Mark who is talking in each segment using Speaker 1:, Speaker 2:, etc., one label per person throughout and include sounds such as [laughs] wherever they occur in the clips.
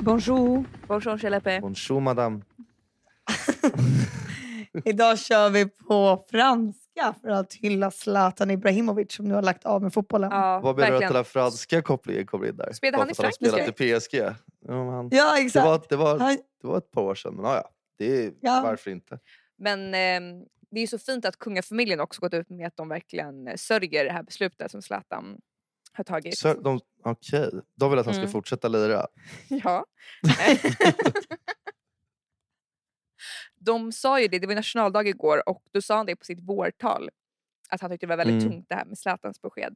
Speaker 1: Bonjour.
Speaker 2: Bonjour, Chelapé.
Speaker 3: Bonjour madame.
Speaker 1: Idag kör vi på franska för att hylla Zlatan Ibrahimovic som nu har lagt av med fotbollen.
Speaker 2: Ja,
Speaker 3: Vad menar du att den här franska kopplingen kommer in där?
Speaker 2: Spelade
Speaker 3: Bara
Speaker 2: han i
Speaker 3: för att
Speaker 2: Frankrike?
Speaker 3: spelat i PSG. Ja, men han,
Speaker 1: Ja,
Speaker 3: det,
Speaker 1: exakt.
Speaker 3: var, det, var,
Speaker 1: Han,
Speaker 3: det var ett par år sedan, men ja, ja. Det är,
Speaker 1: Ja.
Speaker 3: Varför inte?
Speaker 2: Men ehm, det är ju så fint att kungafamiljen också gått ut med att de verkligen eh, sörjer det här beslutet som Zlatan har tagit.
Speaker 3: Så de, Okej, de vill att han ska
Speaker 2: Mm.
Speaker 3: fortsätta lira.
Speaker 2: [laughs] Ja. [laughs] de sa ju det, det var ju nationaldag igår och då sa han det på sitt vårtal. Att han tyckte det var väldigt
Speaker 3: Mm.
Speaker 2: tungt det här med Zlatans besked.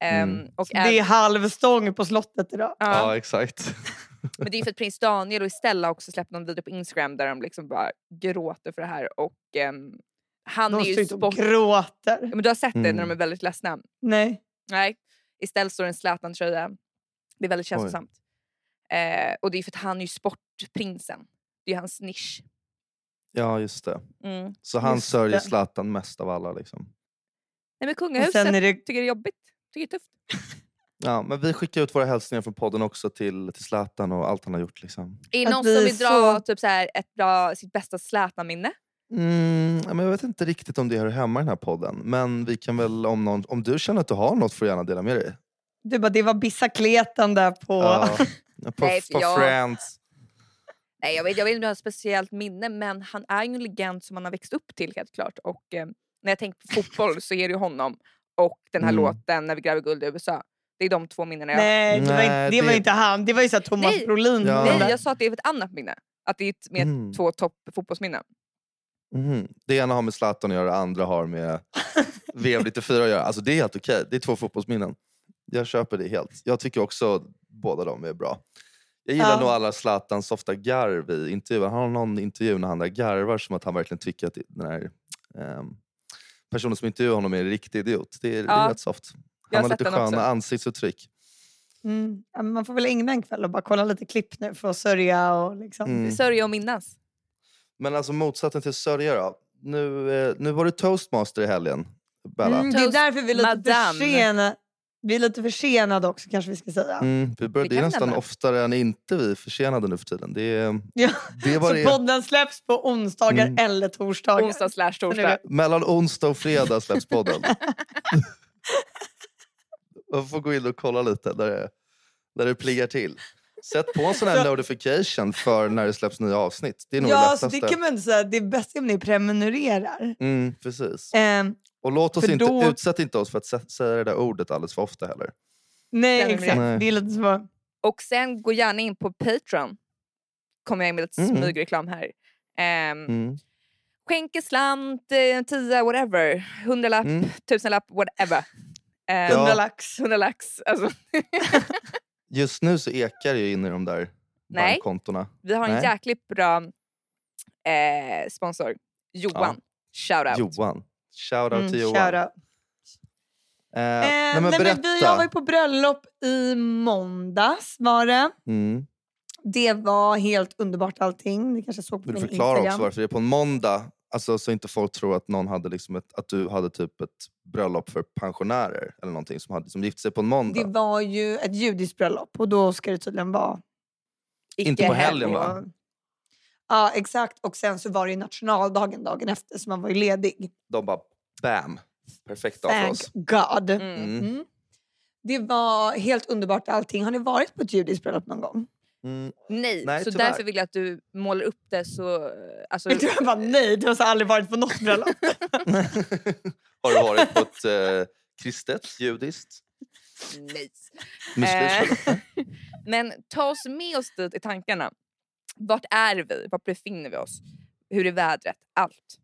Speaker 2: Ehm,
Speaker 3: Mm.
Speaker 2: och
Speaker 1: det är
Speaker 2: även-
Speaker 1: halvstång på slottet idag.
Speaker 2: ja,
Speaker 3: Ja, exakt. [laughs]
Speaker 2: Men det är ju för att prins Daniel och Estella också släppte någon video på Instagram där de liksom bara gråter för det här. Och ehm, han
Speaker 1: De
Speaker 2: är
Speaker 1: står
Speaker 2: ju
Speaker 1: inte och
Speaker 2: sport...
Speaker 1: gråter.
Speaker 2: Ja, Men du har sett det när de
Speaker 3: Mm.
Speaker 2: är väldigt ledsna.
Speaker 1: Nej.
Speaker 2: Nej, istället står det en Zlatan-tröja. Det är väldigt känslosamt. Eh, och det är för att han är ju sportprinsen. Det är ju hans nisch.
Speaker 3: Ja, just det.
Speaker 2: Mm.
Speaker 3: Så han
Speaker 1: Just
Speaker 3: sörjer
Speaker 1: det.
Speaker 3: Zlatan mest av alla. Liksom.
Speaker 2: Nej men
Speaker 1: Och
Speaker 2: kungahuset
Speaker 1: sen är det...
Speaker 2: tycker det är jobbigt. Tycker det är tufft.
Speaker 3: Ja, men vi skickar ut våra hälsningar från podden också till, till Zlatan och allt han har gjort. Liksom.
Speaker 2: Är det
Speaker 1: Att
Speaker 2: någon
Speaker 1: vi
Speaker 2: som
Speaker 1: är
Speaker 2: vill dra
Speaker 1: så-
Speaker 2: typ så här, ett bra, sitt bästa Zlatan-minne?
Speaker 3: Mm, ja, men jag vet inte riktigt om det hör hemma i den här podden. Men vi kan väl, om, någon, om du känner att du har något får du gärna dela med dig.
Speaker 1: Du bara, det var bicicleten där på...
Speaker 3: Ja, på
Speaker 2: Nej, för
Speaker 3: på
Speaker 2: jag-
Speaker 3: Friends.
Speaker 2: Nej jag vet, jag vet inte om du har ett speciellt minne men han är ju en legend som man har växt upp till helt klart. Och eh, när jag tänker på fotboll så är det ju honom och den här
Speaker 3: Mm.
Speaker 2: låten När vi gräver guld i USA. Det är de två minnena jag
Speaker 1: [laughs] Nej, det, var
Speaker 3: Nej,
Speaker 1: inte, det, var
Speaker 3: det-
Speaker 1: inte han. Det var ju så här Thomas
Speaker 2: Nej.
Speaker 1: Brolin.
Speaker 3: Ja.
Speaker 1: Den
Speaker 2: Nej
Speaker 1: där.
Speaker 2: jag sa att det är ett annat minne. Att det är ett, med
Speaker 3: Mm.
Speaker 2: två topp fotbollsminnen.
Speaker 3: Mhm. Det ena har med Zlatan att göra, det andra
Speaker 2: [laughs]
Speaker 3: har med VM 94 att göra. Alltså, det är helt okej. Det är två fotbollsminnen. Jag köper det helt. Jag tycker också båda de är bra. Jag gillar
Speaker 1: Ja.
Speaker 3: nog alla Zlatans ofta garv i intervjuer. Han har någon intervju när han där garvar som att han verkligen tycker att den här ehm, personen som intervjuar honom är en riktig idiot. Det är, det
Speaker 2: Ja.
Speaker 3: är rätt soft.
Speaker 2: Jag har
Speaker 3: Han har
Speaker 2: sett
Speaker 3: lite
Speaker 2: den
Speaker 3: sköna
Speaker 2: också.
Speaker 3: ansiktsuttryck.
Speaker 1: Mm. Ja, men Man får väl ägna en kväll och bara kolla lite klipp nu för att sörja och liksom...
Speaker 3: Mm.
Speaker 2: Sörja och minnas.
Speaker 3: Men alltså motsatsen till sörja då. Nu, eh, nu var du toastmaster i helgen, Bella.
Speaker 1: Mm, det är
Speaker 2: Toast
Speaker 1: därför vi är lite
Speaker 2: Madame.
Speaker 1: försenade. Vi är lite försenade också kanske vi ska säga.
Speaker 3: Mm, vi börjar,
Speaker 2: Det
Speaker 3: det är
Speaker 2: kan
Speaker 3: nästan
Speaker 2: hända.
Speaker 3: oftare än inte vi är försenade nu för tiden. Det, är-
Speaker 1: Ja,
Speaker 3: det var
Speaker 1: så
Speaker 3: det.
Speaker 1: podden släpps på onsdagar
Speaker 3: Mm.
Speaker 1: eller torsdagar.
Speaker 2: Onsdag slash
Speaker 1: Nu är
Speaker 2: torsdag.
Speaker 1: det-
Speaker 3: Mellan onsdag och fredag
Speaker 1: [laughs]
Speaker 3: släpps podden. Man får gå in och kolla lite när det, när det pliggar till. Sätt på en sån här
Speaker 1: Så-
Speaker 3: notification för när det släpps nya avsnitt. Det är nog
Speaker 1: Ja,
Speaker 3: det
Speaker 1: så
Speaker 3: lättaste.
Speaker 1: det kan man inte säga. Det är bäst om ni prenumererar.
Speaker 3: Mm, precis.
Speaker 1: Ehm,
Speaker 3: Och låt oss
Speaker 1: för
Speaker 3: inte,
Speaker 1: då-
Speaker 3: utsätt inte oss för att sä- säga det där ordet alldeles för ofta heller.
Speaker 1: nej,
Speaker 2: Prenumerera.
Speaker 1: exakt.
Speaker 3: Nej.
Speaker 1: Det är lite svårt.
Speaker 2: Och sen gå gärna in på Patreon. Kommer jag in med lite
Speaker 3: Mm.
Speaker 2: smygreklam här. Ehm,
Speaker 3: Mm.
Speaker 2: Skänk en slant, eh, tia, whatever. Hundralapp,
Speaker 3: Mm.
Speaker 2: tusenlapp, whatever. Ehm,
Speaker 3: Ja.
Speaker 1: Hundra lax.
Speaker 2: Hundra lax. Alltså,
Speaker 3: Just nu så ekar det ju in i de där
Speaker 2: Nej.
Speaker 3: bankkontona.
Speaker 2: vi har en
Speaker 3: Nej.
Speaker 2: jäkligt bra eh, sponsor. Johan. Shoutout.
Speaker 3: Johan. Shoutout
Speaker 1: Mm,
Speaker 3: till Johan.
Speaker 1: shoutout.
Speaker 3: Eh,
Speaker 1: Eh,
Speaker 3: nej, men berätta.
Speaker 1: vi, jag var ju på bröllop i måndags. Var det.
Speaker 3: Mm.
Speaker 1: det var helt underbart allting. Ni kanske såg på
Speaker 3: Vill du
Speaker 1: min
Speaker 3: förklara
Speaker 1: Instagram.
Speaker 3: också varför det är på en måndag? Alltså, så inte folk tror att, någon hade liksom ett, att du hade typ ett bröllop för pensionärer eller någonting som, hade, som gifte sig på en måndag.
Speaker 1: Det var ju ett judiskt bröllop och då ska det tydligen vara...
Speaker 3: Inte på helgen, va?
Speaker 1: och- Ja, exakt. Och sen så var det ju nationaldagen dagen efter så man var ju ledig.
Speaker 3: De bara bam! Perfekt dag för
Speaker 1: Thank
Speaker 3: oss.
Speaker 1: God.
Speaker 2: Mm.
Speaker 3: Mm.
Speaker 1: Mm. Det var helt underbart allting. Har ni varit på ett judiskt bröllop någon gång?
Speaker 3: Mm.
Speaker 2: Nej,
Speaker 3: Nej,
Speaker 2: så
Speaker 3: tyvärr.
Speaker 2: därför vill jag att du målar upp det så... eh,
Speaker 3: [laughs]
Speaker 2: Alltså,
Speaker 1: Jag bara, nej, du har så aldrig varit på något bröllop.
Speaker 3: Mm. Har du varit på ett eh, kristet, judiskt,
Speaker 2: nej.
Speaker 3: muslimskt?
Speaker 2: Eh, [laughs] Men ta oss med oss dit i tankarna. Vart är vi? Vart befinner vi oss? Hur är vädret? Allt.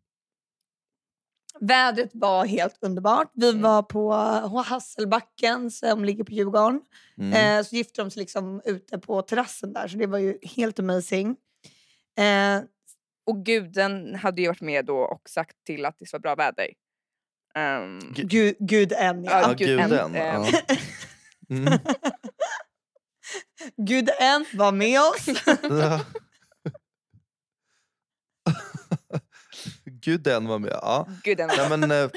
Speaker 1: Vädret var helt underbart. Vi
Speaker 2: Mm.
Speaker 1: var på eh, Hasselbacken som ligger på Djurgården.
Speaker 3: Mm.
Speaker 1: Eh, så gifte de sig liksom ute på terrassen där, så det var ju helt amazing. Eh,
Speaker 2: Och guden hade ju varit med då och sagt till att det var bra väder. Ehm,
Speaker 3: Gud-
Speaker 1: gud, gud än, ja.
Speaker 3: Ja,
Speaker 2: gud,
Speaker 3: guden.
Speaker 2: en, eh,
Speaker 3: Ja. Mm.
Speaker 1: Gud än var med
Speaker 3: [laughs]
Speaker 1: oss.
Speaker 3: Ja. [laughs] Gud, den var med. Ja.
Speaker 2: guden.
Speaker 3: Nej, men, eh,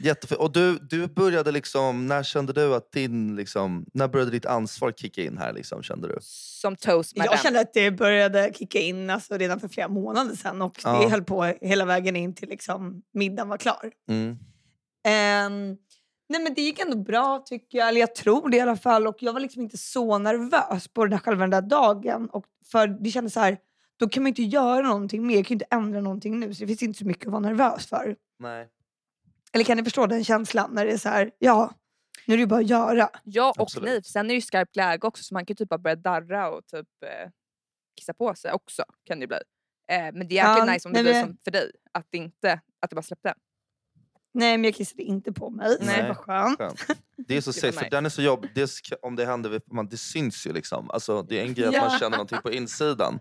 Speaker 3: Jättefint. Och du, du började liksom, när kände du att din, liksom, när började ditt ansvar kicka in här liksom, kände du?
Speaker 2: Som toastmadam.
Speaker 1: Jag kände att det började kicka in alltså, redan för flera månader sedan och det
Speaker 3: Ja.
Speaker 1: höll på hela vägen in till liksom, middagen var klar.
Speaker 3: Mm.
Speaker 1: Ehm, nej men det gick ändå bra tycker jag, eller jag tror det i alla fall. Och jag var liksom inte så nervös på den här, själva den där dagen. Och för det kändes så här, då kan man inte göra någonting mer, jag kan ju inte ändra någonting nu. Så det finns inte så mycket att vara nervös för.
Speaker 3: Nej.
Speaker 1: Eller kan ni förstå den känslan när det är så här, ja, nu är det ju bara att göra.
Speaker 2: Ja och
Speaker 3: Absolut.
Speaker 2: liv. Sen är det ju skarpt läge också så man kan ju typ bara börja darra och typ eh, kissa på sig också kan det ju bli. Eh, men det är jäkligt
Speaker 1: Ja,
Speaker 2: nice om det
Speaker 1: nej,
Speaker 2: blir
Speaker 1: men-
Speaker 2: som för dig. Att det inte, att det bara släppte.
Speaker 1: Nej men jag kissade inte på mig, så
Speaker 2: Nej.
Speaker 1: det var skönt.
Speaker 3: Skönt. Det är
Speaker 1: [laughs]
Speaker 3: så
Speaker 2: Det var
Speaker 3: safe, för
Speaker 2: nice.
Speaker 3: den är så jobbig. Det är så- Om det händer, vid- man, det syns ju liksom. Alltså, det är en grej att
Speaker 1: Ja.
Speaker 3: man känner någonting på insidan.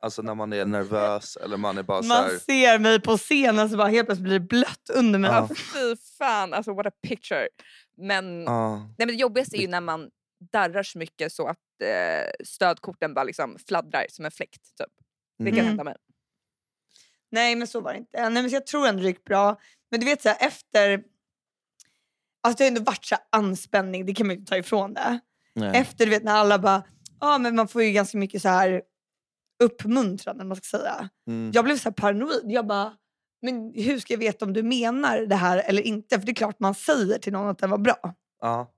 Speaker 3: Alltså när man är nervös eller man är bara så
Speaker 1: Man
Speaker 3: här,
Speaker 1: ser mig på scenen så bara helt plötsligt blir det blött under mig.
Speaker 3: Ja.
Speaker 2: Fy fan alltså what a picture. Men,
Speaker 3: ah,
Speaker 2: nej, men det jobbigaste är ju när man darrar så mycket så att eh, stödkorten bara liksom fladdrar som en fläkt. Typ. Det kan
Speaker 3: Mm.
Speaker 2: hända mig.
Speaker 1: Nej, men så var det inte. Eh, Nej, men så jag tror ändå det gick bra. Men du vet, så här, efter... Alltså det har ändå varit så här anspänning, det kan man ju inte ta ifrån det.
Speaker 3: nej.
Speaker 1: Efter du vet när alla bara, ja men man får ju ganska mycket så här uppmuntran eller vad man ska säga.
Speaker 3: Mm.
Speaker 1: Jag blev så här paranoid. Jag bara, men hur ska jag veta om du menar det här eller inte? För det är klart man säger till någon att den var bra.
Speaker 3: Ja,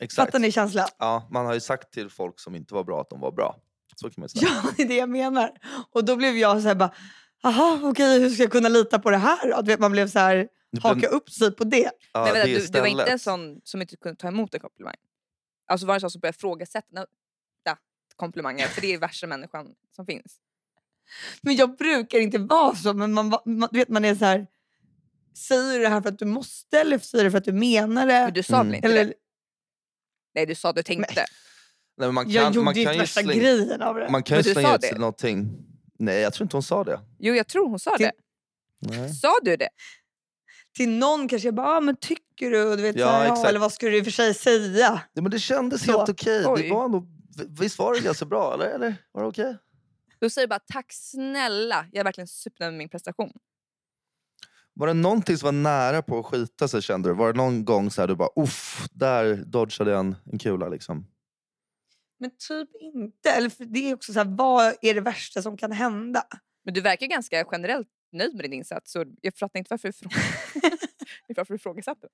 Speaker 3: exakt.
Speaker 1: Fattar ni känslan? [laughs]
Speaker 3: Ja, man har ju sagt till folk som inte var bra att de var bra. Så kan man ju säga.
Speaker 1: Ja, det är det jag menar. Och då blev jag så här bara, aha okej hur ska jag kunna lita på det här då? Du vet, Man blev så här,
Speaker 3: Du blev-
Speaker 1: haka upp sig på det.
Speaker 3: ja,
Speaker 2: Nej, vänta,
Speaker 3: det
Speaker 2: du, du var inte en
Speaker 3: istället.
Speaker 2: sån som inte kunde ta emot en komplimang? Alltså var det en sån som började ifrågasätta komplimanger? För det är värsta människan som finns.
Speaker 1: Men jag brukar inte vara så, men man, va- man, du vet, man är så här... Säger du det här för att du måste eller säger du det för att du menar det?
Speaker 2: Men du sa
Speaker 3: Mm.
Speaker 2: väl inte det?
Speaker 1: eller,
Speaker 2: Nej, du sa att du tänkte.
Speaker 3: Nej, men man
Speaker 1: jag
Speaker 3: kan,
Speaker 1: gjorde
Speaker 3: man
Speaker 1: ju
Speaker 3: kan
Speaker 1: inte
Speaker 3: ju
Speaker 1: värsta
Speaker 3: slänga,
Speaker 1: grejen av det.
Speaker 3: man kan ju
Speaker 2: Men du sa
Speaker 3: slänga ut
Speaker 2: det.
Speaker 3: sig någonting. Nej, jag tror inte hon sa det.
Speaker 2: Jo, jag tror hon sa
Speaker 3: Typ.
Speaker 1: Till-
Speaker 2: det.
Speaker 3: Nej.
Speaker 2: Sa du det?
Speaker 1: Till någon kanske jag bara, ah, men tycker du? Och du vet,
Speaker 3: Ja,
Speaker 1: så här, ja,
Speaker 3: exakt.
Speaker 1: eller vad skulle du i och för sig säga?
Speaker 3: Ja, men det kändes
Speaker 1: Så.
Speaker 3: helt okej.
Speaker 2: Oj.
Speaker 3: Det var nog, v- visst var det ganska bra? Eller, eller var det okej?
Speaker 2: Då säger du bara tack snälla. Jag är verkligen supernöjd med min prestation.
Speaker 3: Var det någonting som var nära på att skita sig kände du? Var det någon gång så här du bara uff, där dodgade jag en, en kula liksom?
Speaker 1: Men typ inte. Eller för det är också så här, vad är det värsta som kan hända?
Speaker 2: Men du verkar ganska generellt nöjd med din insats. Så jag fattar inte varför du, frå- [laughs] varför du ifrågasatte.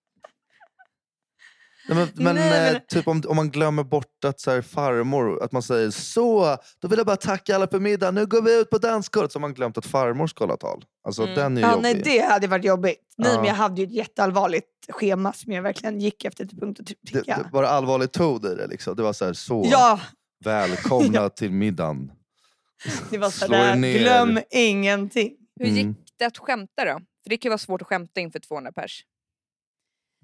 Speaker 3: Nej, men men,
Speaker 1: Nej, men-
Speaker 3: Eh, typ om, om man glömmer bort att så här, farmor, att man säger så, då vill jag bara tacka alla för middagen, nu går vi ut på dansgolvet. Så har man glömt att farmor ska hålla tal. Alltså
Speaker 2: Mm.
Speaker 3: den är ju
Speaker 1: Ja,
Speaker 3: jobbig.
Speaker 1: nej, det hade varit jobbigt. Nej,
Speaker 3: Ja.
Speaker 1: men jag hade ju ett jätteallvarligt schema som jag verkligen gick efter till punkt och
Speaker 3: det,
Speaker 1: pricka.
Speaker 3: det var allvarlig ton i det liksom. Det var så här, så,
Speaker 1: Ja, [laughs]
Speaker 3: välkomna till middagen.
Speaker 1: det var så
Speaker 3: Slå er
Speaker 1: där,
Speaker 3: ner.
Speaker 1: glöm ingenting.
Speaker 2: Hur gick
Speaker 3: Mm,
Speaker 2: det att skämta då? För det kan ju vara svårt att skämta inför 200 pers.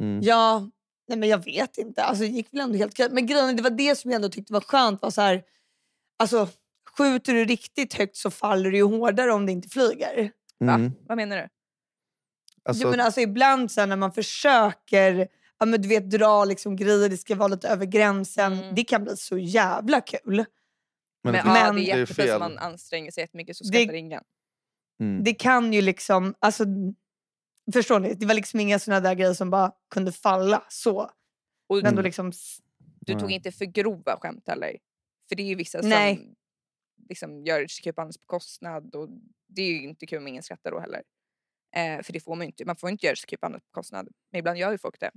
Speaker 3: mm.
Speaker 1: Ja, nej men jag vet inte. Alltså, det gick väl ändå helt okej. Men grejen, är, det var det som jag ändå tyckte var skönt. Var så här, alltså, skjuter du riktigt högt så faller du ju hårdare om det inte flyger.
Speaker 2: Va?
Speaker 3: Mm.
Speaker 2: Vad menar du?
Speaker 3: Alltså,
Speaker 1: Jo, men alltså, ibland så här, när man försöker ja, men du vet, dra liksom, grejer, det ska vara lite över gränsen.
Speaker 2: Mm.
Speaker 1: Det kan bli så jävla kul.
Speaker 3: Mm. men-
Speaker 2: Men, ja,
Speaker 1: men-
Speaker 2: det
Speaker 1: det
Speaker 2: är
Speaker 3: är
Speaker 2: jättefint att
Speaker 3: fel.
Speaker 2: man anstränger sig jättemycket så
Speaker 1: Det-
Speaker 2: skrattar ingen.
Speaker 3: mm.
Speaker 1: Det kan ju liksom... Alltså, förstår ni? Det var liksom inga såna där grejer som bara kunde falla så.
Speaker 2: Och
Speaker 1: Men ändå
Speaker 3: Mm.
Speaker 1: liksom,
Speaker 2: du tog
Speaker 3: Nej.
Speaker 2: inte för grova skämt heller. För det är ju vissa som
Speaker 1: Nej.
Speaker 2: liksom gör sig kul på andras bekostnad och det är ju inte kul om ingen skrattar då heller. Eh, för det får man ju inte. Man får ju inte göra sig kul på andras bekostnad. Men ibland gör ju folk det.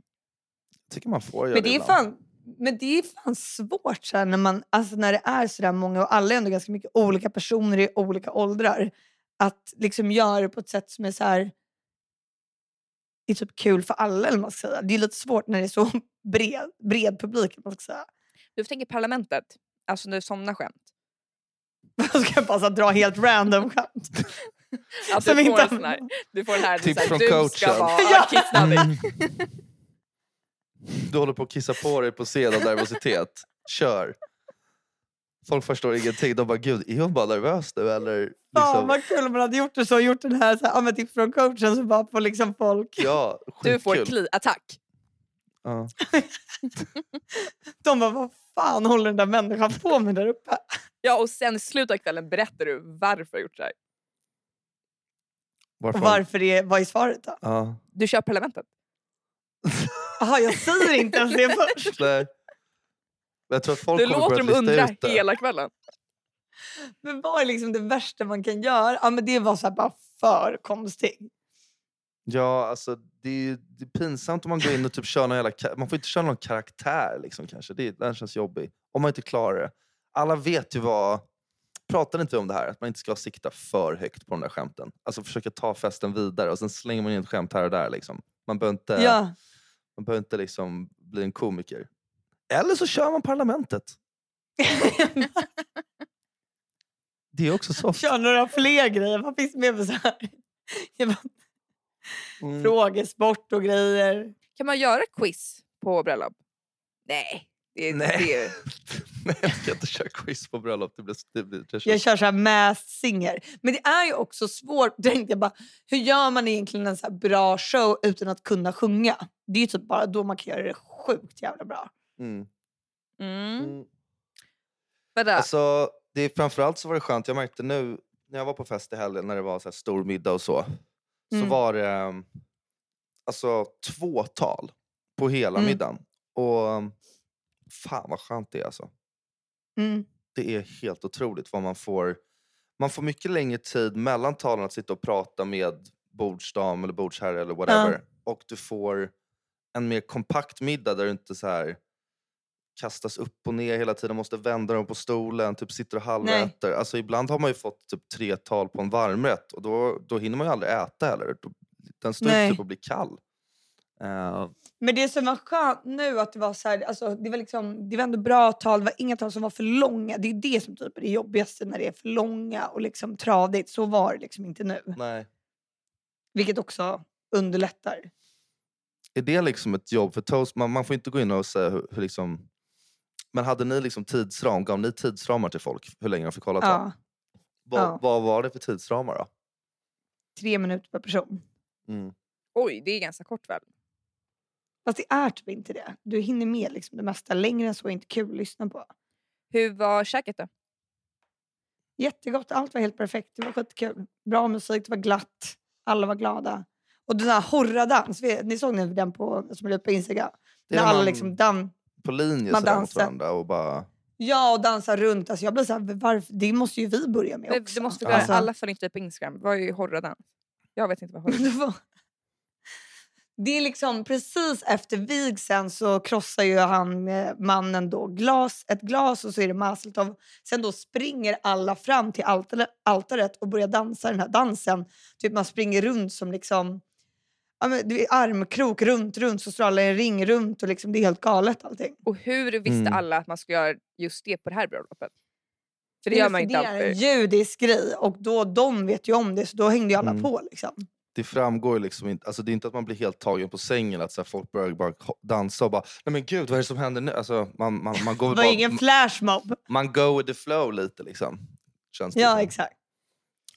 Speaker 3: tycker man får göra
Speaker 1: Men det, är
Speaker 3: ibland.
Speaker 1: fan, men det är fan svårt så här, när, man, alltså när det är så där många och alla är ändå ganska mycket olika personer i olika åldrar. Att liksom göra det på ett sätt som är så här, är typ kul för alla. Eller vad man ska säga. Det är lite svårt när det är så [laughs] bred, bred publik. eller vad Man ska säga. [laughs]
Speaker 2: Du får tänka parlamentet. Alltså när du somnar skämt.
Speaker 1: Då ska jag bara så här, dra helt random
Speaker 3: [laughs]
Speaker 1: skämt.
Speaker 2: Att
Speaker 1: Som
Speaker 2: du, får
Speaker 1: inte-
Speaker 2: en sån här, du får den här,
Speaker 3: Tips
Speaker 2: så här,
Speaker 3: Typ från
Speaker 2: du ska
Speaker 3: coachen.
Speaker 2: vara
Speaker 1: [laughs] Ja.
Speaker 2: kissnödig.
Speaker 3: Mm. Du håller på att kissa på dig på scen av nervositet. Kör! Folk förstår ingenting. De bara, gud, är hon bara nervös nu? Eller,
Speaker 1: Fan
Speaker 3: liksom,
Speaker 1: vad kul om man hade gjort det så. Gjort den här, så här ja, men typ från coachen så bara på liksom folk.
Speaker 3: ja,
Speaker 2: Du får
Speaker 3: skitkul.
Speaker 2: kliattack.
Speaker 3: Ja.
Speaker 1: De bara, vad fan håller den där människan på med där uppe?
Speaker 2: Ja, och sen i slutet av kvällen berättar du varför du gjort så här.
Speaker 1: Och
Speaker 3: Varför?
Speaker 1: varför är, vad är svaret då?
Speaker 3: Ja.
Speaker 2: Du kör parlamentet.
Speaker 1: Jaha, jag säger inte ens
Speaker 3: [laughs]
Speaker 1: det först.
Speaker 3: Nej. Men Jag tror att folk
Speaker 2: Du
Speaker 3: kommer
Speaker 2: låter
Speaker 3: börja
Speaker 2: dem undra
Speaker 3: lista ut det.
Speaker 2: hela kvällen.
Speaker 1: Men vad är liksom det värsta man kan göra? Ja, men det var så här bara för konstig.
Speaker 3: Ja, alltså det är, ju- det är pinsamt om man går in och typ kör någon jävla... ka- Man får inte köra någon karaktär liksom kanske. Det, är- den känns jobbig. Om man inte klarar det. Alla vet ju vad... Pratade inte vi om det här? Att man inte ska sikta för högt på de där skämten. Alltså försöka ta festen vidare och sen slänger man in ett skämt här och där. Liksom. Man behöver inte,
Speaker 1: Ja.
Speaker 3: man behöver inte liksom bli en komiker. Eller så kör man Parlamentet. Det är
Speaker 1: [laughs]
Speaker 3: också soft.
Speaker 1: Kör några fler grejer. Vad finns mer för så här? Jag bara,
Speaker 3: Mm.
Speaker 1: Frågesport och grejer.
Speaker 2: Kan man göra quiz på bröllop? Nej. Det,
Speaker 3: Nej.
Speaker 2: Det är,
Speaker 3: [laughs] Nej, jag ska inte köra quiz på bröllop. Det blir, det blir, det
Speaker 1: Jag kör så här masked singer. Men det är ju också svårt. Då tänkte jag bara, hur gör man egentligen en så här bra show utan att kunna sjunga? Det är ju typ bara då man kan göra det sjukt jävla bra.
Speaker 3: mm.
Speaker 2: mm.
Speaker 3: Mm.
Speaker 2: Vadå?
Speaker 3: Alltså, det är, framförallt så var det skönt, jag märkte nu när jag var på fest i helgen när det var så här stor middag och så.
Speaker 1: Mm.
Speaker 3: Så var det ehm, alltså två tal på hela
Speaker 1: Mm.
Speaker 3: middagen. Och ehm, fan vad skönt det är alltså.
Speaker 1: Mm.
Speaker 3: Det är helt otroligt vad man får. Man får mycket längre tid mellan talen att sitta och prata med bordsdam eller bordsherre eller whatever. Och du får en mer kompakt middag där du inte så här kastas upp och ner hela tiden, måste vända dig upp på stolen, typ sitter och halväter. Alltså ibland har man ju fått typ tre tal på en varmrätt och då, då hinner man ju aldrig äta heller. Då- Den står ju
Speaker 1: Nej.
Speaker 3: typ och blir kall. Eh,
Speaker 1: Men det som var skönt nu att det var så här, alltså, det var liksom, det var ändå bra tal, det var inga tal som var för långa. Det är ju det som typ är det jobbigaste när det är för långa och liksom tradigt. Så var det liksom inte nu.
Speaker 3: nej.
Speaker 1: Vilket också underlättar.
Speaker 3: Är det liksom ett jobb för toast? Man, man får inte gå in och säga hur, hur liksom... Men hade ni liksom tidsram? Gav ni tidsramar till folk? Hur länge de fick kolla?
Speaker 1: Ja,
Speaker 3: Vad,
Speaker 1: ja.
Speaker 3: vad var det för tidsramar då? Mm.
Speaker 1: tre minuter per person.
Speaker 2: Oj, det är ganska kort väl?
Speaker 1: Fast det är typ inte det. Du hinner med liksom det mesta. Längre än så är inte kul att lyssna på.
Speaker 2: Hur var käket då?
Speaker 1: Jättegott, allt var helt perfekt. Det var skitkul. Bra musik, det var glatt. Alla var glada. Och den här horradans, vi- ni såg ni den på, som jag la ut på Instagram?
Speaker 3: Det är
Speaker 1: När
Speaker 3: när
Speaker 1: alla
Speaker 3: man-
Speaker 1: liksom dan
Speaker 3: På linje
Speaker 1: Man
Speaker 3: sådär mot
Speaker 1: dansar.
Speaker 3: varandra och bara...
Speaker 1: Ja, och dansar runt. Alltså jag blev så här, varför? Det måste ju vi börja med
Speaker 2: Men
Speaker 1: också.
Speaker 2: Du måste
Speaker 3: Ja.
Speaker 2: börja,
Speaker 1: Alltså- [laughs]
Speaker 2: Alla följer inte dig på Instagram. Vad är ju horradan? Jag vet inte vad horradan
Speaker 1: Det var- Det är liksom precis efter vigseln så krossar ju han, eh, mannen då glas, ett glas och så är det Mazel tov. Sen då springer alla fram till altare- altaret och börjar dansa den här dansen. Typ man springer runt som liksom ja, men, du vet, armkrok runt, runt, så står alla i en ring runt och liksom, det är helt galet allting.
Speaker 2: Och hur visste
Speaker 3: Mm.
Speaker 2: alla att man skulle göra just det på det här bröllopet? För det
Speaker 1: Men
Speaker 2: gör man ju inte
Speaker 1: det är en
Speaker 2: alltid.
Speaker 1: judisk grej och då, de vet ju om det så då hängde ju alla
Speaker 3: Mm.
Speaker 1: på liksom.
Speaker 3: Det framgår ju liksom inte. Alltså det är inte att man blir helt tagen på sängen. Att så här, folk börjar bara ho- dansa och bara... Nej men gud, vad är det som händer nu? Alltså man, man, man går
Speaker 1: [laughs] Det var
Speaker 3: väl bara...
Speaker 1: ingen flashmob.
Speaker 3: man go with the flow lite liksom. Känns det
Speaker 1: Ja,
Speaker 3: som.
Speaker 1: exakt.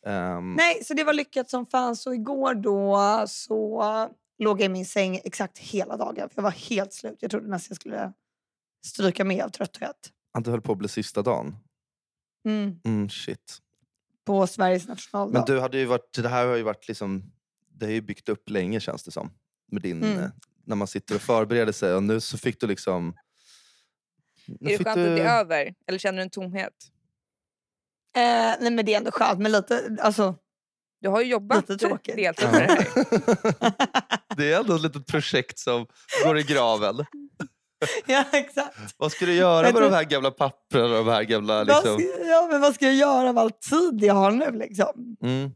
Speaker 3: Ehm,
Speaker 1: Nej, så det var lyckat som fan. Så igår då så låg jag i min säng exakt hela dagen. För jag var helt slut. Jag trodde nästan jag skulle stryka med av trötthet.
Speaker 3: Att det höll på att bli sista dagen.
Speaker 1: Mm,
Speaker 3: Mm, shit.
Speaker 1: på Sveriges nationaldag.
Speaker 3: Men du hade ju varit, det här har ju varit liksom, det har ju byggt upp länge känns det som. Med din,
Speaker 1: Mm.
Speaker 3: eh, När man sitter och förbereder sig och nu så fick du liksom... Nu
Speaker 2: Är det
Speaker 3: fick
Speaker 2: skönt att det är över? Eller känner du en tomhet?
Speaker 1: Eh, nej, men det är ändå skönt. Men lite, alltså, [laughs]
Speaker 2: Du har ju jobbat
Speaker 1: Lite tråkigt.
Speaker 2: deltid med det
Speaker 3: Ja.
Speaker 2: här.
Speaker 3: [laughs] det är ändå ett litet projekt som går i graven.
Speaker 1: ja, exakt.
Speaker 3: Vad ska du göra
Speaker 1: Jag
Speaker 3: med de
Speaker 1: tror-
Speaker 3: här gamla pappren och de här gamla...
Speaker 1: Vad ska,
Speaker 3: Liksom?
Speaker 1: ja, men vad ska jag göra av all tid jag har nu? Liksom?
Speaker 3: Mm.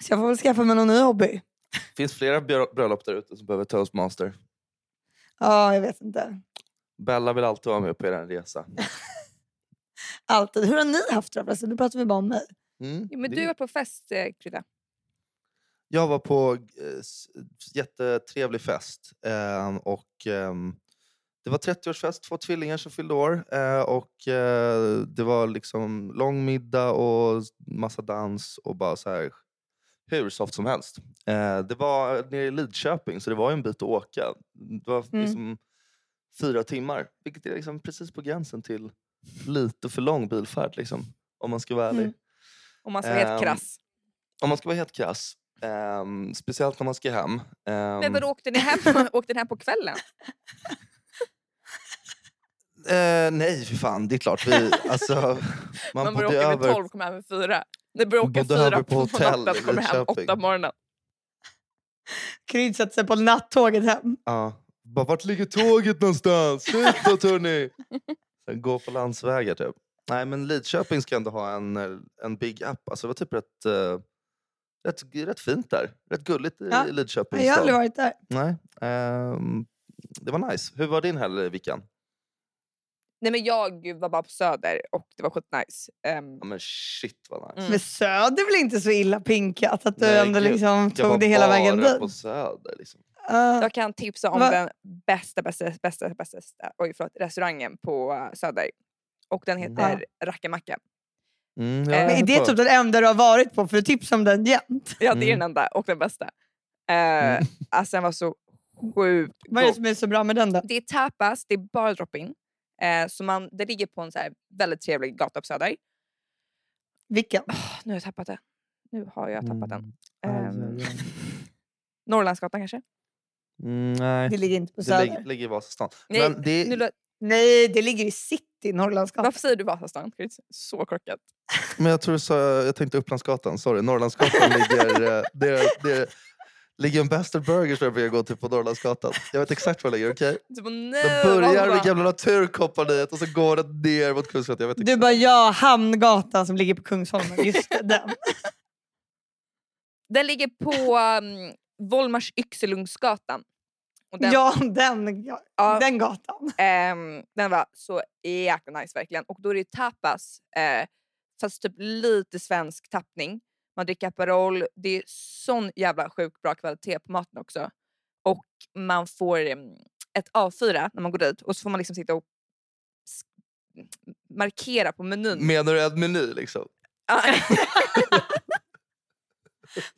Speaker 1: Så jag får väl skaffa mig någon ny hobby.
Speaker 3: finns flera brö- bröllop där ute som behöver toastmaster.
Speaker 1: Ja, jag vet inte.
Speaker 3: Bella vill alltid vara med på er resa.
Speaker 1: Alltid. Hur har ni haft det förresten? Nu pratar vi bara om mig.
Speaker 3: Mm,
Speaker 2: Jo, men
Speaker 3: det-
Speaker 2: du var på fest, eh, Krydda.
Speaker 3: Jag var på eh, s- jättetrevlig fest. Eh, och, ehm, det var 30-årsfest, två tvillingar som fyllde år. Eh, och, eh, det var liksom lång middag och s- massa dans och bara så här hur soft som helst. Eh, det var nere i Lidköping så det var ju en bit att åka. Det var
Speaker 1: Mm.
Speaker 3: liksom fyra timmar, vilket är liksom precis på gränsen till lite för lång bilfärd liksom, om man ska vara ärlig.
Speaker 1: Mm.
Speaker 2: Om man ska vara helt
Speaker 3: Ehm,
Speaker 2: krass.
Speaker 3: Om man ska vara helt krass. Ehm, speciellt när man ska hem.
Speaker 2: Men
Speaker 3: Ehm,
Speaker 2: vadå, åkte ni hem,
Speaker 3: [laughs]
Speaker 2: åkte ni hem på kvällen?
Speaker 3: eh, nej, för fan. Det är klart. Vi,
Speaker 1: [laughs]
Speaker 3: alltså, man
Speaker 2: Man börjar
Speaker 3: bodde
Speaker 2: åka vid
Speaker 3: över
Speaker 2: 12, kommer hem vid 4. Ni börjar åka
Speaker 3: Bodde
Speaker 2: 4
Speaker 3: över
Speaker 2: på,
Speaker 3: på hotell
Speaker 2: natten,
Speaker 3: i
Speaker 2: kommer hem 8 på
Speaker 3: Lidköping.
Speaker 2: morgonen.
Speaker 1: Kryd sätter sig på nattåget hem.
Speaker 3: Ja. Bara, vart ligger tåget någonstans?
Speaker 1: [laughs]
Speaker 3: Utåt hörni! Sen gå på landsvägar typ. Nej men Lidköping ska ändå ha en, eh, en big app. Alltså det var typ rätt, eh, rätt, rätt fint där. Rätt gulligt i
Speaker 1: Ja.
Speaker 3: Lidköping.
Speaker 1: Jag har
Speaker 3: stad.
Speaker 1: aldrig varit där.
Speaker 3: Nej. ehm, det var nice. Hur var din helg Vickan?
Speaker 2: Nej men jag var bara på Söder och det var skitnice. Um,
Speaker 3: Ja men shit vad nice.
Speaker 2: Mm.
Speaker 1: Men Söder är väl inte så illa pinkat att du
Speaker 3: Nej,
Speaker 1: ändå
Speaker 3: gud.
Speaker 1: liksom
Speaker 3: Jag var
Speaker 1: tog det hela vägen
Speaker 3: bara
Speaker 1: dit?
Speaker 3: på Söder liksom.
Speaker 1: Ja.
Speaker 2: jag kan tipsa om
Speaker 1: Va-
Speaker 2: den bästa, bästa, bästa, bästa, bästa oj, förlåt, restaurangen på eh, Söder. Och den
Speaker 3: Mm.
Speaker 2: heter Rackamacka.
Speaker 3: Mm,
Speaker 2: Eh,
Speaker 3: jag
Speaker 1: Men är
Speaker 3: hörde
Speaker 1: det
Speaker 3: på.
Speaker 1: typ den enda du har varit på? För du tipsar om den jämt.
Speaker 2: Ja, det är
Speaker 3: Mm.
Speaker 2: den enda och den bästa. Eh,
Speaker 3: Mm.
Speaker 2: Alltså den var så sjukt
Speaker 1: Vad är det
Speaker 2: god.
Speaker 1: som är så bra med den då?
Speaker 2: Det är tapas, det är bara drop-in. Eh, så man, det ligger på en så här väldigt trevlig gata på Söder.
Speaker 3: [laughs]
Speaker 1: Vilken?
Speaker 2: Ah, nu har jag tappat det. Nu har jag tappat den.
Speaker 3: Mm.
Speaker 2: Ehm,
Speaker 1: [laughs]
Speaker 3: Aj, aj, aj.
Speaker 2: Norrlandsgatan kanske?
Speaker 3: Mm, nej.
Speaker 1: Det ligger inte på
Speaker 3: Det
Speaker 1: Söder.
Speaker 3: ligger, ligger i Vasastan.
Speaker 2: Nej,
Speaker 3: Men det,
Speaker 2: Nu, lå-
Speaker 1: Nej, det ligger i city, Norrlandsgatan.
Speaker 2: varför säger du Vasastan? Det är Så korkat.
Speaker 3: Men jag tror du sa, jag tänkte Upplandsgatan, sorry. Norrlandsgatan ligger... eh, Det, det, ligger en Bastard Burger som jag brukar gå till på Norrlandsgatan. Jag vet exakt var det ligger, okej?
Speaker 2: Du bara,
Speaker 3: De
Speaker 2: Typ, nej,
Speaker 3: börjar
Speaker 2: Alva."
Speaker 3: vid gamla naturkompaniet och så går det ner mot Kungsgatan. Jag vet
Speaker 1: Du
Speaker 3: exakt.
Speaker 1: bara, ja, Hamngatan som ligger på Kungsholmen.
Speaker 3: [laughs]
Speaker 1: Just det, den.
Speaker 2: Den ligger på um, Volmars Yxelungsgatan. Och den,
Speaker 1: Ja, den, ja,
Speaker 2: ja,
Speaker 1: den gatan.
Speaker 2: ehm, den var så jäkla nice verkligen. Och då är det tapas, eh, fast typ lite svensk tappning. Man dricker Aperol. Det är sån jävla sjukt bra kvalitet på maten också. Och man får em, ett A4 när man går dit och så får man liksom sitta och s- markera på menyn. Ah,
Speaker 3: Menar du en meny liksom?
Speaker 2: [laughs]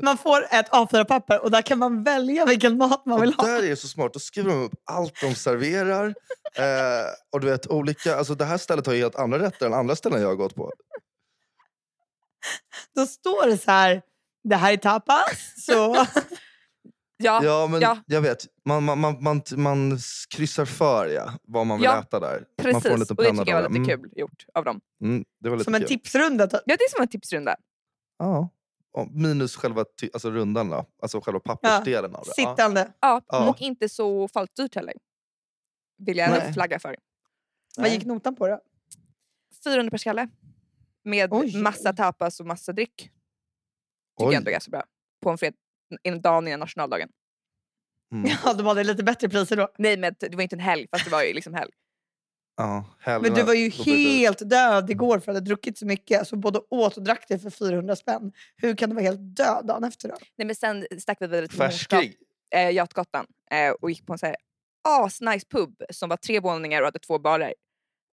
Speaker 1: Man får ett A4-papper och där kan man välja vilken mat man
Speaker 3: Och
Speaker 1: vill ha.
Speaker 3: där är det så smart, då skriver de upp allt de serverar. Eh, och du vet, olika, alltså det här stället har ju helt andra rätter än andra ställen jag har gått på.
Speaker 1: Då står det så här, det här är tapas.
Speaker 3: [laughs]
Speaker 1: Så.
Speaker 2: ja,
Speaker 3: Ja, men
Speaker 2: ja.
Speaker 3: jag vet. Man, man, man, man, man kryssar för ja, vad man vill
Speaker 2: Ja,
Speaker 3: äta där. man
Speaker 2: Precis,
Speaker 3: får en liten
Speaker 2: och det
Speaker 3: penna
Speaker 2: tycker jag var
Speaker 3: där.
Speaker 2: lite
Speaker 3: Mm.
Speaker 2: kul gjort av dem.
Speaker 3: Mm, det var lite
Speaker 1: Som en
Speaker 3: kul.
Speaker 1: tipsrunda typ.
Speaker 2: Ja, det är som en tipsrunda.
Speaker 3: Ja. Och minus själva ty- alltså rundan, då. alltså själva pappersdelen av det. Ja.
Speaker 1: typ, Sittande.
Speaker 2: Ja,
Speaker 3: Ja.
Speaker 2: och inte så faltdyrt heller. Vill jag
Speaker 3: Nej.
Speaker 2: flagga för.
Speaker 1: Vad
Speaker 3: Nej.
Speaker 1: gick notan på då?
Speaker 2: 400 per skalle. Med
Speaker 1: Oj.
Speaker 2: massa tapas och massa dryck. Tycker jag
Speaker 3: Oj.
Speaker 2: ändå är ganska bra. På en fred, en dag innan nationaldagen.
Speaker 3: Mm.
Speaker 1: [laughs] Ja, de hade lite bättre priser då.
Speaker 2: Nej, men det var inte en helg, fast det var ju liksom helg.
Speaker 3: Ja,
Speaker 1: Men
Speaker 3: helvete.
Speaker 1: du var ju
Speaker 3: Då blir det-
Speaker 1: helt död igår för att du hade druckit så mycket. Så både åt och drack det för 400 spänn. Hur kan du vara helt död dagen efter då?
Speaker 2: [laughs] Nej, men sen stack vi vidare till Hornsgatan-
Speaker 3: Färskig.
Speaker 2: eh, Götgatan eh, och gick på en så här asnice pub som var tre våningar och hade två barer.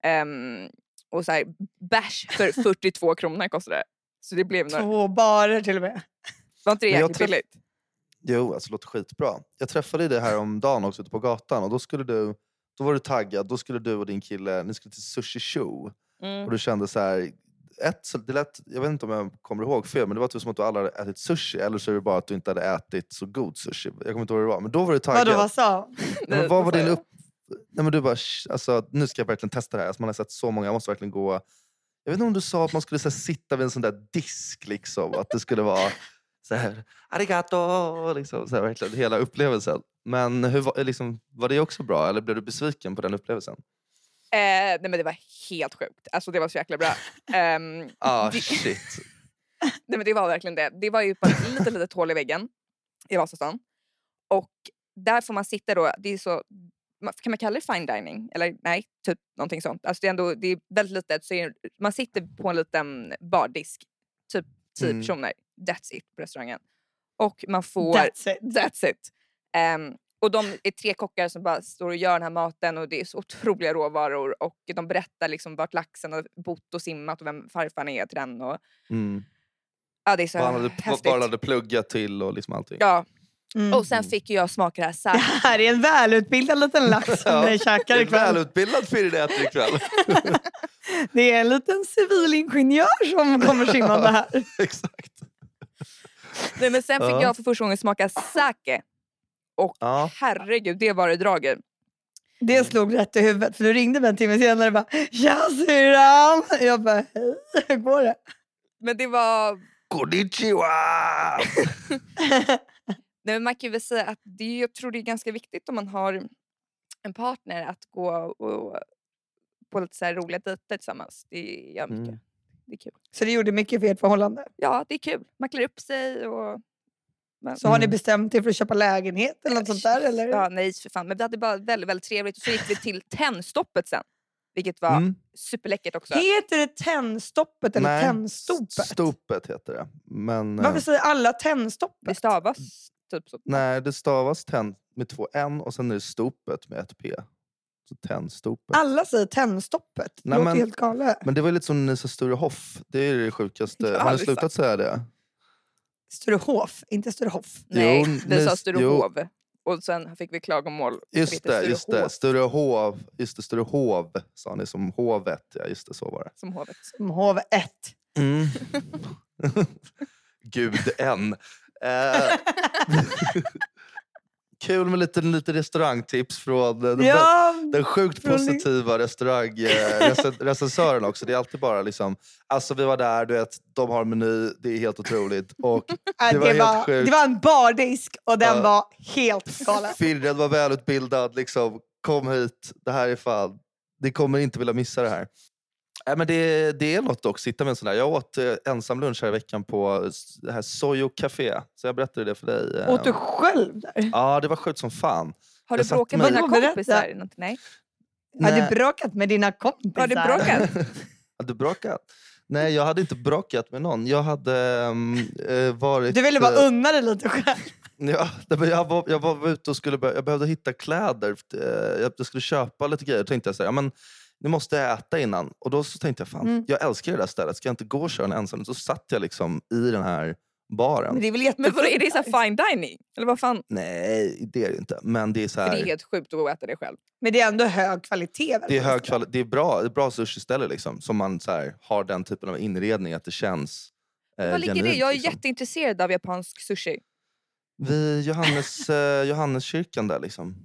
Speaker 2: Ehm, och så här, bärs för [laughs] 42 kronor kostade det. Så det blev några,
Speaker 1: Två barer till och med.
Speaker 2: var inte det
Speaker 3: Men jag
Speaker 2: jäkligt
Speaker 3: träff-
Speaker 2: billigt?
Speaker 3: Jo, alltså det låter skitbra. Jag träffade ju dig här om dagen också ute på gatan och då skulle du då var du taggad. Då skulle du och din kille ni skulle till Sushi Show.
Speaker 2: Mm.
Speaker 3: Och du kände så här... Ett, så det lät, jag vet inte om jag kommer ihåg fel, men det var typ som att du aldrig hade ätit sushi. Eller så är det bara att du inte hade ätit så god sushi. Jag kommer inte ihåg hur det var. Men då var du taggad.
Speaker 1: Vadå, vad sa
Speaker 3: Nej,
Speaker 2: Nej,
Speaker 3: men vad var
Speaker 2: vad sa
Speaker 3: din
Speaker 2: jag?
Speaker 3: upp... Nej, men du bara, "Sh, alltså, nu ska jag verkligen testa det här. Alltså, man har sett så många, jag måste verkligen gå... Jag vet inte om du sa att man skulle så här, sitta vid en sån där disk, liksom. Att det skulle vara så här... Arigato! Liksom, så här, verkligen, hela upplevelsen. Men hur var, liksom, var det också bra? Eller blev du besviken på den upplevelsen?
Speaker 2: Eh, nej men det var helt sjukt. Alltså det var så jäkla bra.
Speaker 3: [laughs]
Speaker 2: Ehm,
Speaker 3: Ah,
Speaker 2: Det-
Speaker 3: shit.
Speaker 2: nej men det var verkligen det. Det var ju bara ett litet litet hål i väggen i Vasastan. Och där får man sitta då, det är så, ma- kan man kalla det fine dining? Eller nej, typ någonting sånt. Alltså det är ändå, det är väldigt litet. Så är, det- man sitter på en liten bardisk, typ 10
Speaker 3: Mm.
Speaker 2: personer. That's it på restaurangen. Och man får...
Speaker 1: That's it.
Speaker 2: That's it. Ehm, och de är tre kockar som bara står och gör den här maten och det är så otroliga råvaror och de berättar liksom vart laxen har bott och simmat och vem farfar är till den. Och,
Speaker 3: Mm.
Speaker 2: ja, det är så
Speaker 3: Vad han hade,
Speaker 2: häftigt.
Speaker 3: vad han hade pluggat till och liksom allting.
Speaker 2: Ja,
Speaker 1: Mm.
Speaker 2: och sen fick ju jag smaka det här
Speaker 1: Det
Speaker 2: särskilt.
Speaker 1: här är en välutbildad liten lax som
Speaker 3: [laughs] Ja,
Speaker 1: ni
Speaker 3: Jag
Speaker 1: käkar
Speaker 3: är
Speaker 1: ikväll.
Speaker 3: välutbildad pirinäter ikväll. [laughs] [laughs]
Speaker 1: Det är en liten civilingenjör som kommer simmande här.
Speaker 3: Exakt.
Speaker 2: Nej, men sen fick
Speaker 3: Ja.
Speaker 2: jag för första gången smaka sake. Och
Speaker 3: Ja.
Speaker 2: herregud, det var det draget.
Speaker 3: Mm.
Speaker 1: Det slog rätt i huvudet för du ringde mig en timme senare och bara “Tja syrran!” Jag bara “Hej, hur går
Speaker 3: [laughs]
Speaker 1: det?”
Speaker 2: Men det var...
Speaker 3: Konnichiwa!
Speaker 2: Nej, men man kan ju väl säga att det, jag tror det är ganska viktigt om man har en partner att gå och, på lite så här roliga dejter tillsammans. Det gör mycket.
Speaker 3: Mm.
Speaker 2: Det är kul.
Speaker 1: Så det gjorde mycket för ert förhållande.
Speaker 2: Ja, det är kul. Man klär upp sig och... Men,
Speaker 1: Så har
Speaker 3: Mm.
Speaker 1: ni bestämt er för att köpa lägenhet eller något sånt där? Eller?
Speaker 2: Ja, nej för fan. Men vi hade bara väldigt, väldigt trevligt och så gick vi till tennstoppet sen. Vilket var
Speaker 3: Mm.
Speaker 2: superläckert också.
Speaker 1: Heter det tändstoppet eller
Speaker 3: Nej,
Speaker 1: tändstopet?
Speaker 3: Stopet heter det. Men, eh,
Speaker 1: Varför säger alla
Speaker 2: Det
Speaker 1: tändstoppet?
Speaker 2: stavas typ så.
Speaker 3: Nej, det stavas tänd med två n och sen är det stopet med ett p. Så tändstopet.
Speaker 1: Alla säger tändstoppet. Det
Speaker 3: Nej,
Speaker 1: låter
Speaker 3: men-
Speaker 1: ju helt galet.
Speaker 3: Men det var ju lite som Nisse Sturehoff. Det är ju det sjukaste.
Speaker 2: Jag har
Speaker 3: Har ni
Speaker 2: aldrig
Speaker 3: slutat
Speaker 2: sagt.
Speaker 3: säga det?
Speaker 1: Sturehof, inte Sturehof.
Speaker 2: Nej,
Speaker 3: Jo,
Speaker 2: vi sa
Speaker 3: ni-
Speaker 2: Sturehof. Och sen fick vi klagomål.
Speaker 3: Just
Speaker 2: Peter
Speaker 3: det, just det.
Speaker 2: Sturehov.
Speaker 3: Sturehov. Just det, Sturehov sa ni som hovet. Ja, just det, så var det.
Speaker 2: Som hovet.
Speaker 1: Som hov 1.
Speaker 3: Mm. [laughs] Gud än. Eh, [laughs] kul med lite, lite restaurangtips från den,
Speaker 1: Ja,
Speaker 3: den sjukt
Speaker 1: Från- [laughs]
Speaker 3: positiva restaurangrecensören också. Det är alltid bara liksom, alltså vi var där, du vet, de har meny, det är helt otroligt. Och
Speaker 1: äh,
Speaker 3: det
Speaker 1: det,
Speaker 3: var helt
Speaker 1: var
Speaker 3: sjukt.
Speaker 1: det var en bardisk och den
Speaker 3: Ja.
Speaker 1: var helt galen.
Speaker 3: Firren var välutbildad, liksom, kom hit, det här är fan, ni kommer inte vilja missa det här. Nej, men det, det är något dock, sitta med en sån där. Jag åt eh, ensam lunch här i veckan på s- det här Soyo Café, så jag berättade det för dig. eh.
Speaker 1: Åt du själv där?
Speaker 3: Ja, det var sjukt som fan.
Speaker 2: Har
Speaker 3: Jag
Speaker 2: du
Speaker 3: satt
Speaker 2: bråkat
Speaker 3: mig-
Speaker 2: med dina
Speaker 1: Vadå, berätta.
Speaker 2: kompisar? eller någonting? Nej.
Speaker 1: Har
Speaker 3: Nej.
Speaker 1: du bråkat med dina kompisar?
Speaker 2: Har du bråkat?
Speaker 3: Hade du bråkat? Nej, jag hade inte bråkat med någon. Jag hade ehm, eh, varit...
Speaker 1: Du ville bara
Speaker 3: eh,
Speaker 1: unna dig lite
Speaker 3: [laughs]
Speaker 1: själv.
Speaker 3: Ja, nej, men jag, var, jag var ute och skulle börja, jag behövde hitta kläder. Eh, Jag, jag skulle köpa lite grejer. Då tänkte jag så här, ja, men nu måste jag äta innan. Och då så tänkte jag, fan,
Speaker 1: Mm.
Speaker 3: jag älskar det där stället. Ska jag inte gå och köra en ensam? Så satt jag liksom i den här baren.
Speaker 1: Men det är väl
Speaker 2: Men
Speaker 1: jättefint?
Speaker 2: vadå, är det så här fine dining? Eller vad fan?
Speaker 3: Nej, det är det inte. Men det är så
Speaker 2: För
Speaker 3: här,
Speaker 2: det är helt sjukt att äta det själv.
Speaker 1: Men det är ändå hög kvalitet. väl,
Speaker 3: det är
Speaker 1: på
Speaker 3: hög
Speaker 1: restaurang?
Speaker 3: kvali- det är bra, det är bra sushiställe liksom. Som man så här, har den typen av inredning att det känns eh,
Speaker 2: Vad ligger det?
Speaker 3: genuint,
Speaker 2: Jag är
Speaker 3: liksom.
Speaker 2: jätteintresserad av japansk sushi.
Speaker 3: Vid Johannes, eh, Johanneskyrkan där liksom.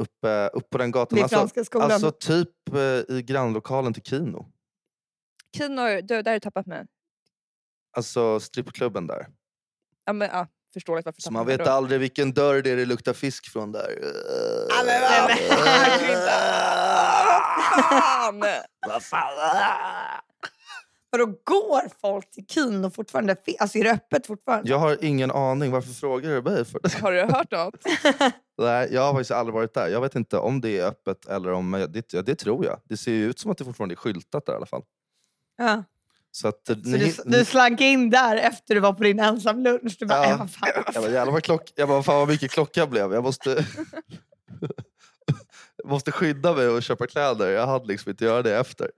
Speaker 3: Uppe, upp på den gatan.
Speaker 1: Vid
Speaker 3: Alltså,
Speaker 1: Franska skolan.
Speaker 3: alltså typ eh, i grannlokalen till Kino.
Speaker 2: Kino, du, där har du tappat mig.
Speaker 3: Alltså strippklubben där.
Speaker 2: Ja, men, ja, förståeligt varför
Speaker 3: Så
Speaker 2: tappade
Speaker 3: man
Speaker 2: mig
Speaker 3: vet
Speaker 2: då.
Speaker 3: aldrig vilken dörr det är det luktar fisk från där. Eh,
Speaker 1: Ja, men vad fan,
Speaker 3: [laughs]
Speaker 2: Fan!
Speaker 3: Vad fan?
Speaker 1: Vadå, går folk till Kino fortfarande? Fin- Alltså är det öppet fortfarande?
Speaker 3: Jag har ingen aning. Varför frågar du mig?
Speaker 2: [laughs]
Speaker 3: För? [laughs]
Speaker 2: Har du hört något?
Speaker 3: Nej, jag har faktiskt aldrig varit där. Jag vet inte om det är öppet eller om... eh, Det, ja, det tror jag. Det ser ju ut som att det fortfarande är skyltat där i alla fall.
Speaker 1: Ja.
Speaker 3: Så att... eh,
Speaker 1: Så
Speaker 3: ni,
Speaker 1: du, du slank in där efter du var på din ensam lunch. Du bara,
Speaker 3: Ja.
Speaker 1: ja. vad fan.
Speaker 3: Jag bara, jävlar vad klock... Jag bara, fan vad mycket klockan blev. Jag
Speaker 1: [laughs]
Speaker 3: måste... [laughs] jag måste skydda mig och köpa kläder. Jag hade liksom inte göra det efter.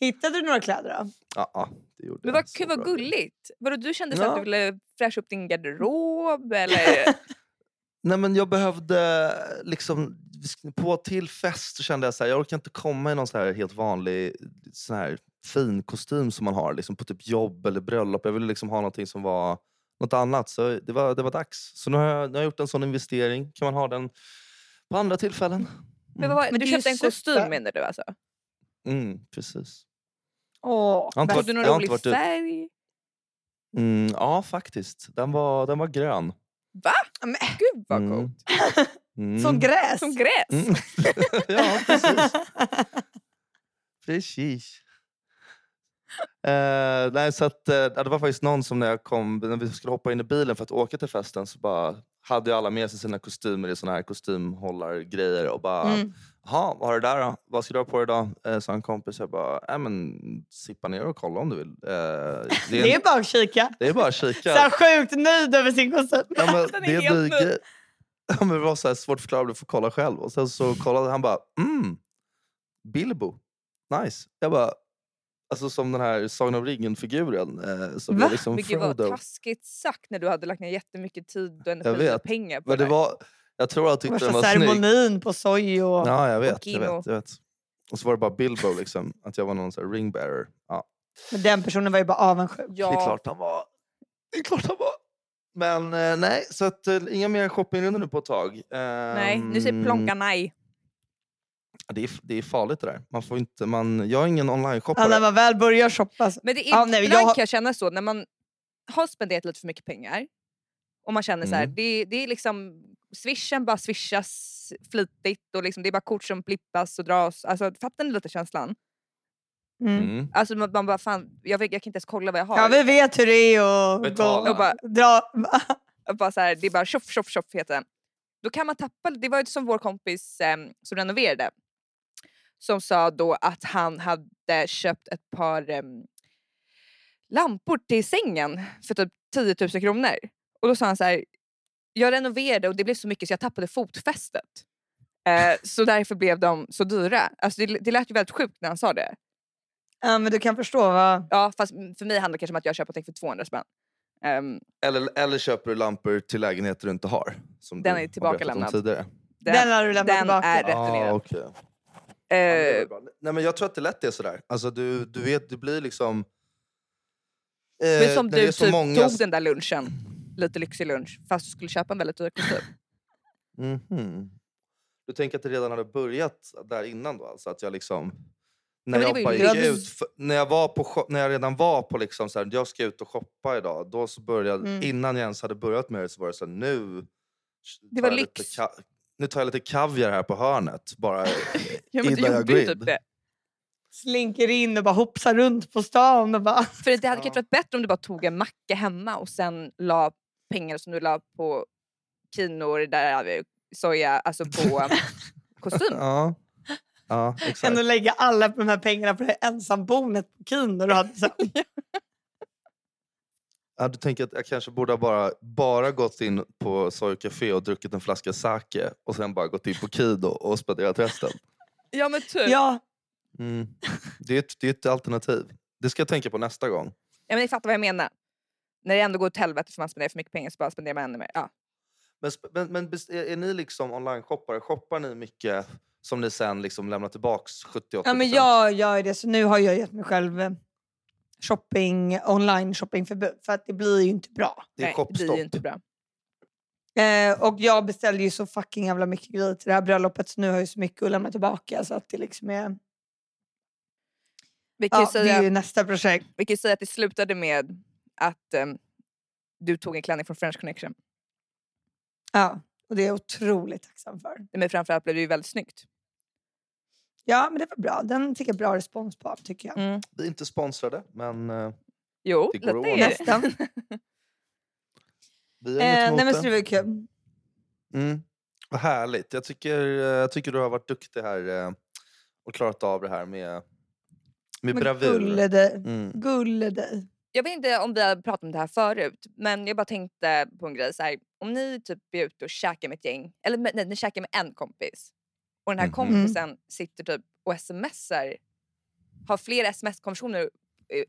Speaker 1: Hittade du några kläder då?
Speaker 3: Ja, ja, det gjorde
Speaker 2: Men
Speaker 3: jag.
Speaker 2: vad,
Speaker 3: Så
Speaker 2: gud, vad
Speaker 3: bra.
Speaker 2: gulligt! Vadå, du kände så
Speaker 3: Ja.
Speaker 2: att du ville fräscha upp din garderob?
Speaker 3: [laughs]
Speaker 2: Eller?
Speaker 3: Nej, men jag behövde liksom... På till fest så kände jag så här, jag orkar inte komma i någon så här helt vanlig sån här fin kostym som man har liksom på typ jobb eller bröllop. Jag ville liksom ha någonting som var något annat. Så det var, det var dags. Så nu har, jag, nu har jag gjort en sån investering. Kan man ha den på andra tillfällen?
Speaker 2: Men vad, var-
Speaker 1: Men
Speaker 2: du
Speaker 1: det är
Speaker 2: köpte
Speaker 1: ju
Speaker 2: en kostym
Speaker 1: super.
Speaker 2: menar du alltså?
Speaker 3: Mm, precis.
Speaker 1: Åh,
Speaker 3: Jag har inte
Speaker 1: men-
Speaker 2: Hade
Speaker 3: varit-
Speaker 2: du någon
Speaker 3: jag har inte
Speaker 2: rolig
Speaker 3: varit ute.
Speaker 2: färg?
Speaker 3: Mm, ja, faktiskt. Den var, den var grön.
Speaker 1: men,
Speaker 2: Gud vad coolt!
Speaker 3: Mm.
Speaker 1: Som gräs. [laughs]
Speaker 2: Som gräs!
Speaker 3: Mm. [laughs] ja, precis. precis. Eh, nej, så att, eh, det var faktiskt någon som när, jag kom, när vi skulle hoppa in i bilen för att åka till festen så bara hade ju alla med sig sina kostymer i såna här kostymhållargrejer och bara
Speaker 1: Mm.
Speaker 3: Jaha, vad har du där då? Vad ska du ha på dig idag? Eh, sa en kompis. Jag bara, nej men sippa ner och kolla om du vill. Eh, det, är
Speaker 1: Det är bara att kika.
Speaker 3: det är bara att kika.
Speaker 1: Så här sjukt nöjd över sin kostym.
Speaker 3: Ja, men,
Speaker 2: [laughs] Den är
Speaker 3: det är en ny
Speaker 2: helt ny.
Speaker 3: grej. [laughs] Ja, men det var så här svårt att förklara, du får kolla själv. Och sen så kollade han bara, mm, Bilbo, nice. Jag bara, alltså som den här Sagan om ringen-figuren. Eh, som
Speaker 1: Va?
Speaker 3: är liksom
Speaker 2: Men gud vad
Speaker 3: Frodo.
Speaker 2: taskigt sagt när du hade lagt ner jättemycket tid och energi
Speaker 3: vet.
Speaker 2: och pengar på
Speaker 3: Men det
Speaker 2: här.
Speaker 3: var, jag tror han tyckte
Speaker 1: Värsta
Speaker 3: den var snygg.
Speaker 1: ceremonin på soj och...
Speaker 3: Ja, jag vet, jag
Speaker 2: Gino.
Speaker 3: vet, jag vet. Och så var det bara Bilbo, liksom, att jag var någon sån här ringbearer. Ja,
Speaker 1: Men den personen var ju bara avundsjuk.
Speaker 3: Det är
Speaker 2: Ja,
Speaker 3: klart han var. Det är klart han var. Men eh, nej, så att, eh, inga mer shoppingrundor nu på ett tag.
Speaker 2: Nej, nu säger
Speaker 3: Ehm,
Speaker 2: plonka nej.
Speaker 3: Det är, det är farligt det där. Man får inte, man, jag är ingen online-shoppare.
Speaker 1: Ja, när man väl börjar shoppa. så-
Speaker 2: Men det är,
Speaker 1: Ja, nej, men
Speaker 2: ibland
Speaker 1: jag har-
Speaker 2: kan jag känna så, när man har spenderat lite för mycket pengar och man känner så här,
Speaker 3: Mm.
Speaker 2: det, det är liksom swishen bara swishas flitigt och liksom, det är bara kort som blippas och dras. Alltså, fattar ni lite känslan?
Speaker 1: Mm.
Speaker 3: Mm.
Speaker 2: Alltså man, man bara fan, jag, vet, jag kan inte ens kolla vad jag har.
Speaker 1: Ja, vi vet hur det är att
Speaker 3: Betala.
Speaker 1: gå-
Speaker 2: och bara,
Speaker 1: dra.
Speaker 2: och bara så här, det är bara tjoff tjoff tjoff heter den. Då kan man tappa, det var ju som vår kompis ehm, som renoverade som sa då att han hade köpt ett par ehm, lampor till sängen för typ 10 000 kronor. Och då sa han så här, jag renoverade och det blev så mycket så jag tappade fotfästet. Eh, så därför blev de så dyra. Alltså det, det lät ju väldigt sjukt när han sa det.
Speaker 1: Ja, men du kan förstå vad...
Speaker 2: Ja, fast för mig handlar det kanske om att jag köper någonting för 200 spänn. Ehm,
Speaker 3: Eller, eller köper du lampor till lägenheter du inte har. Som
Speaker 2: Den
Speaker 3: du
Speaker 2: är
Speaker 3: har
Speaker 2: tillbakalämnad.
Speaker 3: berättat om tidigare.
Speaker 1: Den,
Speaker 2: den,
Speaker 1: har du lämnat
Speaker 2: den
Speaker 1: tillbaka.
Speaker 2: är
Speaker 3: Ah,
Speaker 2: returnerad.
Speaker 3: okej. Ja, men det
Speaker 2: Eh,
Speaker 3: var bra. Nej, men jag tror att det lätt är sådär. Alltså, du, du vet, det blir liksom... eh,
Speaker 2: Men som
Speaker 3: när det är
Speaker 2: du
Speaker 3: så
Speaker 2: typ
Speaker 3: många-
Speaker 2: tog den där lunchen, lite lyxig lunch, fast du skulle köpa en väldigt dyr
Speaker 3: [laughs]
Speaker 2: kostym.
Speaker 3: Mhm. Du tänker att det redan hade börjat där innan då? Alltså att jag liksom... När
Speaker 2: men det
Speaker 3: jag,
Speaker 2: var ju
Speaker 3: bara
Speaker 2: lugnt.
Speaker 3: gick ut, för, när, jag var på, shop- när jag redan var på liksom så här, jag ska ut och shoppa idag. Då så började,
Speaker 1: Mm.
Speaker 3: Innan jag ens hade börjat med det så var det så här, nu...
Speaker 2: Det
Speaker 3: tar
Speaker 2: var
Speaker 3: jag lite
Speaker 2: lyx.
Speaker 3: ka- Nu tar jag lite kaviar här på hörnet.
Speaker 2: [laughs]
Speaker 3: Bara
Speaker 2: Ja, men du
Speaker 3: innan jag
Speaker 2: gjorde
Speaker 3: går
Speaker 2: ju
Speaker 3: in.
Speaker 2: typ det.
Speaker 1: Slinker in och bara hoppsar runt på stan och bara...
Speaker 2: För det hade kanske
Speaker 3: Ja.
Speaker 2: varit bättre om du bara tog en macka hemma och sen la pengar som du la på kinor, där eh, soja, alltså
Speaker 3: [laughs]
Speaker 2: på kostym.
Speaker 3: Ja, ja
Speaker 1: Än
Speaker 3: exakt.
Speaker 1: att lägga alla de här pengarna på det ensamboendet på Kino. Du hade så
Speaker 2: [laughs]
Speaker 1: här,
Speaker 2: Typ.
Speaker 3: Ja, du tänker att jag kanske borde ha bara, bara gått in på Soy Café och druckit en flaska sake och sen bara gått in på Kido och spenderat resten.
Speaker 2: Ja men typ. Ja.
Speaker 1: ja,
Speaker 3: Mm. Det, är ett, det är ett alternativ. Det ska jag tänka på nästa gång.
Speaker 2: men ni fattar vad jag menar. När det ändå går åt helvete för man spenderar för mycket pengar så bara spenderar man ännu mer. Ja.
Speaker 3: Men, sp- men, men bes- är, är ni liksom online-shoppare? Shoppar ni mycket som ni sen liksom lämnar tillbaka 70-80%?
Speaker 1: ja,
Speaker 2: Liksom.
Speaker 1: men jag gör det. Så nu har jag gett mig själv eh, shopping, online shoppingförbud. För att det blir ju inte bra.
Speaker 3: det är
Speaker 2: Nej, det blir
Speaker 3: shoppstopp.
Speaker 2: ju inte bra.
Speaker 1: Eh, och jag beställde ju så fucking jävla mycket grejer till det här bröllopet. Så nu har jag ju så mycket att lämna tillbaka. Så att det liksom är...
Speaker 2: Vi kan ju
Speaker 1: Ja, det
Speaker 2: säga
Speaker 1: är ju nästa projekt.
Speaker 2: Vi kan ju säga att det slutade med att ehm, du tog en klänning från French Connection.
Speaker 1: Ja, och det är jag otroligt tacksam för.
Speaker 2: Nej, Men framförallt blev det ju väldigt snyggt.
Speaker 1: Ja, men det var bra. Den fick jag bra respons på, tycker jag.
Speaker 3: Vi är inte sponsrade, men eh,
Speaker 2: Jo,
Speaker 3: Det går
Speaker 2: lite
Speaker 3: att
Speaker 2: är det.
Speaker 1: Nästan.
Speaker 3: vi är
Speaker 1: Eh,
Speaker 3: emot
Speaker 1: nej, men
Speaker 3: [laughs] det.
Speaker 1: så det var ju kul.
Speaker 3: Mm. Vad härligt. Jag tycker, eh, jag tycker du har varit duktig här eh, och klarat av det här med, med
Speaker 1: Men
Speaker 3: bravur.
Speaker 1: Gulle dig.
Speaker 3: Mm.
Speaker 1: Gulle dig.
Speaker 2: Jag vet inte om vi har pratat om det här förut, men jag bara tänkte på en grej. Så här, om ni typ är ute och käkar med ett gäng, eller med- nej, ni käkar med en kompis och den här
Speaker 3: Mhm.
Speaker 2: kompisen sitter typ och smsar, har flera sms-konversationer eh,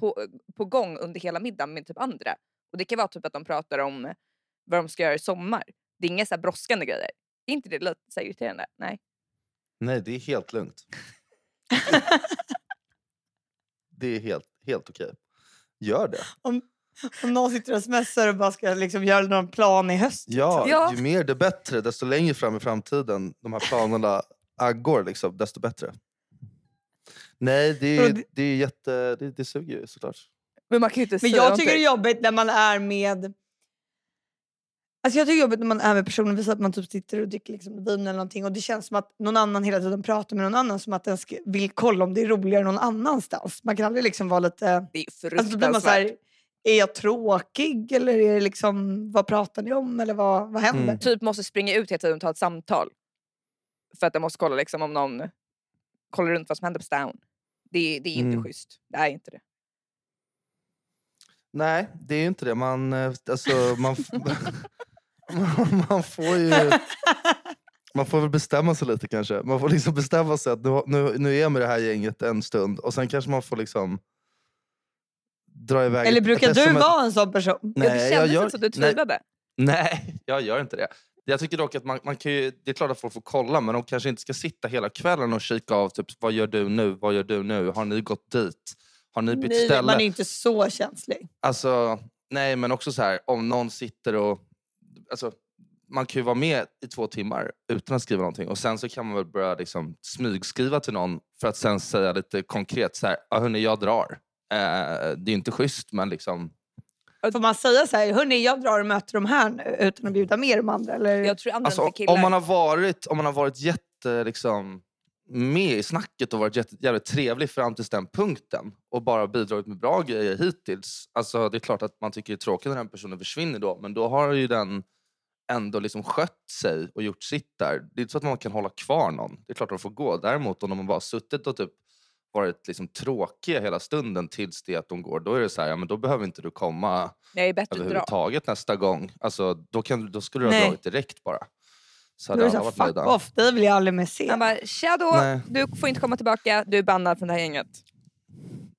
Speaker 2: på, på gång under hela middagen med typ andra. Och det kan vara typ att de pratar om vad de ska göra i sommar. Det är inga så här brådskande grejer. Är inte det lite så här irriterande? Nej.
Speaker 3: Nej, det är helt lugnt.
Speaker 1: [laughs]
Speaker 3: det är helt, helt okej. Gör det.
Speaker 1: Om någon sitter och smsar och bara ska liksom göra någon plan i höst.
Speaker 3: Ja,
Speaker 2: Ja.
Speaker 3: Ju mer det bättre, desto längre fram i framtiden de här planerna aggår, liksom, desto bättre. Nej, det,
Speaker 1: Och
Speaker 3: är,
Speaker 1: det-
Speaker 3: det, är jätte, det, det suger ju såklart.
Speaker 2: Men man kan ju inte
Speaker 1: Men
Speaker 2: säga
Speaker 1: jag tycker det
Speaker 2: någonting.
Speaker 1: är jobbigt när man är med... Alltså jag tycker det är jobbigt när man är med personer, vi säger att man typ sitter och dricker liksom vin eller någonting och det känns som att någon annan hela tiden pratar med någon annan som att den ska, vill kolla om det är roligare någon annanstans. Man kan aldrig liksom vara lite...
Speaker 2: Det är ju
Speaker 1: Alltså då
Speaker 2: fruktansvärt.
Speaker 1: blir man så här, är jag tråkig eller är det liksom, vad pratar ni om eller vad, vad händer?
Speaker 3: Mm.
Speaker 2: typ måste springa ut hela tiden och ta ett samtal. För att jag måste kolla liksom om någon kollar runt vad som händer på stan. Det, det är inte
Speaker 3: Mm.
Speaker 2: schysst. Det är inte det.
Speaker 3: Nej, det är ju inte det. Man, eh, alltså, man, f- [laughs] man får ju... Man får väl bestämma sig lite kanske. Man får liksom bestämma sig att nu, nu, nu är jag med det här gänget en stund och sen kanske man får liksom dra iväg
Speaker 1: Eller
Speaker 3: ett-
Speaker 1: brukar
Speaker 3: ett
Speaker 1: du
Speaker 3: SMS.
Speaker 1: vara en sån person?
Speaker 2: Nej,
Speaker 3: Nej,
Speaker 2: det
Speaker 3: jag
Speaker 2: kändes
Speaker 3: gör-
Speaker 2: inte som att du
Speaker 3: nej.
Speaker 2: tvivlade.
Speaker 3: [laughs] Nej, jag gör inte det. Jag tycker dock att man, man kan ju, det är klart att folk får kolla men de kanske inte ska sitta hela kvällen och kika av typ vad gör du nu, vad gör du nu, har ni gått dit, har ni bytt
Speaker 1: Nej,
Speaker 3: ställe?
Speaker 1: man är ju inte så känslig.
Speaker 3: Alltså, Nej, men också så här, om någon sitter och... Alltså, man kan ju vara med i två timmar utan att skriva någonting. Och Sen så kan man väl börja liksom smygskriva till någon för att sen säga lite konkret så här, ah, hörni, jag drar. Eh, det är inte schysst, men liksom...
Speaker 1: Får man säga så här, hörni jag drar och möter de här nu utan att bjuda med de andra? Eller?
Speaker 2: Jag tror använder
Speaker 3: Alltså,
Speaker 2: för
Speaker 3: om,
Speaker 2: killar.
Speaker 3: om, man har varit, om man har varit jätte, liksom, med i snacket och varit jätte, jävligt trevlig fram till den punkten och bara bidragit med bra grejer hittills. Alltså, det är klart att man tycker det är tråkigt när den personen försvinner då, men då har ju den ändå liksom skött sig och gjort sitt där. Det är inte så att man kan hålla kvar någon. Det är klart att de får gå. Däremot om de bara har suttit och typ varit liksom tråkiga hela stunden tills det att de går, då är det så här, ja, men då behöver inte du komma
Speaker 2: Nej, bättre dra.
Speaker 3: överhuvudtaget nästa gång. Alltså, då, kan, då skulle du ha
Speaker 1: Typ Nej.
Speaker 3: dragit direkt bara. Så
Speaker 1: Då är
Speaker 3: hade
Speaker 1: det
Speaker 3: alla
Speaker 1: så här,
Speaker 3: varit
Speaker 1: fuck
Speaker 3: nöjda.
Speaker 1: off, dig vill jag aldrig mer se.
Speaker 2: Han bara, tja då,
Speaker 3: Nej.
Speaker 2: du får inte komma tillbaka, du är bannad från det här gänget.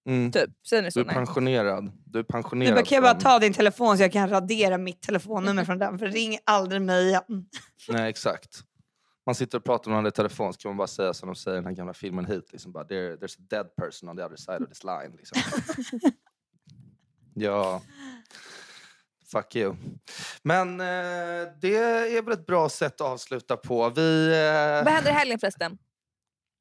Speaker 3: Mm.
Speaker 2: Typ, säger ni
Speaker 3: Du
Speaker 2: så?
Speaker 3: är
Speaker 2: Nej.
Speaker 3: pensionerad. Du är pensionerad.
Speaker 1: Du bara, kan jag bara
Speaker 3: från-
Speaker 1: ta din telefon så jag kan radera mitt telefonnummer från den? För ring aldrig mig igen.
Speaker 3: Nej, exakt. Man sitter och pratar med varandra i telefon så kan man bara säga som de säger i den här gamla filmen hit. Liksom bara, There, there's a dead person on the other side of this line.
Speaker 1: [laughs]
Speaker 3: Liksom. ja. Fuck you. Men eh, det är väl ett bra sätt att avsluta på. Vi... eh,
Speaker 2: Vad händer i helgen förresten?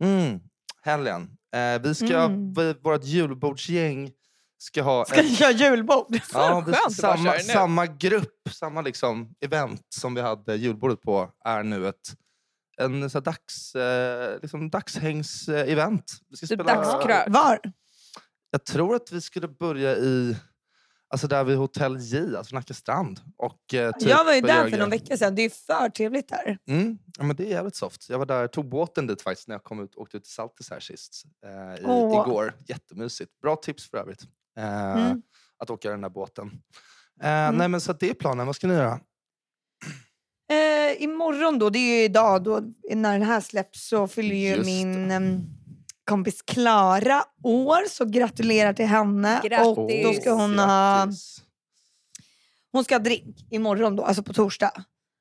Speaker 3: Mm, helgen. Eh, vi ska,
Speaker 1: Mm.
Speaker 3: vi, vårt julbordsgäng ska ha...
Speaker 1: Ska vi göra julbord?
Speaker 3: ja, vi,
Speaker 2: skönt att bara köra
Speaker 3: samma,
Speaker 2: nu.
Speaker 3: samma grupp, samma liksom event som vi hade julbordet på är nu ett en så här dags, eh, liksom dagshängs-event. Vi ska
Speaker 2: Typ
Speaker 3: spela-
Speaker 2: dagskrök.
Speaker 1: Var?
Speaker 3: Typ, Jag tror att vi skulle börja i... Alltså där vid Hotell J, alltså Nacka strand. Och, eh, typ
Speaker 1: jag var ju
Speaker 3: göra
Speaker 1: där för
Speaker 3: grejer.
Speaker 1: någon vecka sedan. Det är ju för trevligt där.
Speaker 3: Mm. Ja, men det är jävligt soft. Jag var där, tog båten dit faktiskt när jag kom ut, åkte ut till Saltis här sist. Eh, i,
Speaker 1: Åh.
Speaker 3: Igår. Jättemysigt. Bra tips för övrigt. Eh,
Speaker 1: Mm.
Speaker 3: Att åka den där båten. Eh, Nej men så att det är planen. Vad ska ni göra?
Speaker 1: Eh, imorgon då, det är ju idag då, när den här släpps så fyller ju
Speaker 3: Just
Speaker 1: min em, kompis Klara år. Så gratulerar till henne. Och då
Speaker 2: Grattis.
Speaker 1: ska hon eh, ha,
Speaker 3: grattis.
Speaker 1: hon ska ha drink imorgon då, alltså på torsdag.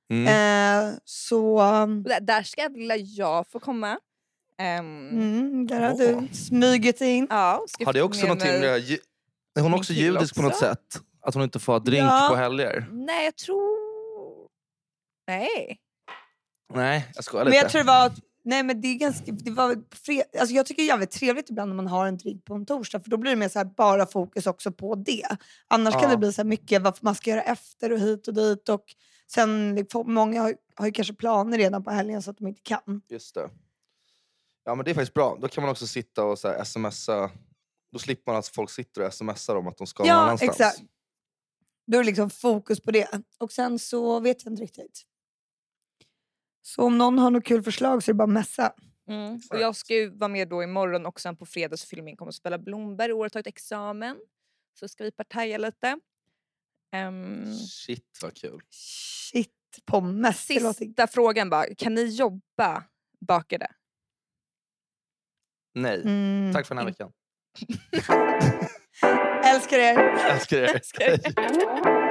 Speaker 3: Mm.
Speaker 1: Eh, så
Speaker 2: Och Där, där ska vilja jag få komma. Ehm,
Speaker 1: mm, där har
Speaker 3: Åh.
Speaker 1: du smugit in.
Speaker 2: ja, ska
Speaker 3: Har det
Speaker 2: få
Speaker 3: också
Speaker 2: med
Speaker 3: någonting
Speaker 2: mig-
Speaker 3: med... det här ju- Är hon
Speaker 2: min
Speaker 3: också
Speaker 2: kille
Speaker 3: judisk på något
Speaker 2: också?
Speaker 3: sätt? Att hon inte får ha drink
Speaker 1: Ja.
Speaker 3: på helger?
Speaker 2: Nej, jag tror... Nej.
Speaker 3: Nej, jag skojar
Speaker 1: Men
Speaker 3: lite.
Speaker 1: jag tror det var... Nej, men det är ganska, det var på fred, alltså jag tycker det är jävligt trevligt ibland när man har en drink på en torsdag för då blir det mer så här, bara fokus också på det. Annars
Speaker 3: Ja.
Speaker 1: kan det bli så här mycket vad man ska göra efter och hit och dit. Och sen, liksom, många har, har ju kanske planer redan på helgen så att de inte kan.
Speaker 3: Just det. Ja, men det är faktiskt bra. Då kan man också sitta och så här, smsa. Då slipper man att folk sitter och smsar om att de ska någon
Speaker 1: Ja,
Speaker 3: annanstans.
Speaker 1: exakt. Då är det liksom fokus på det. Och sen så vet jag inte riktigt. Så om någon har något kul förslag så är det bara att messa.
Speaker 2: Mm. Och
Speaker 3: Exakt.
Speaker 2: jag ska ju vara med då imorgon och sen på fredag så fyller min kompis Bella Blomberg år och tagit examen. Så ska vi partaja lite. Ehm,
Speaker 1: Mm.
Speaker 3: Shit vad kul.
Speaker 1: Shit, pommes. det låter-
Speaker 2: sista frågan bara, kan ni jobba bakade?
Speaker 3: Nej.
Speaker 1: Mm.
Speaker 3: Tack för den här veckan.
Speaker 1: Älskar er.
Speaker 3: Älskar er.
Speaker 2: Älskar er.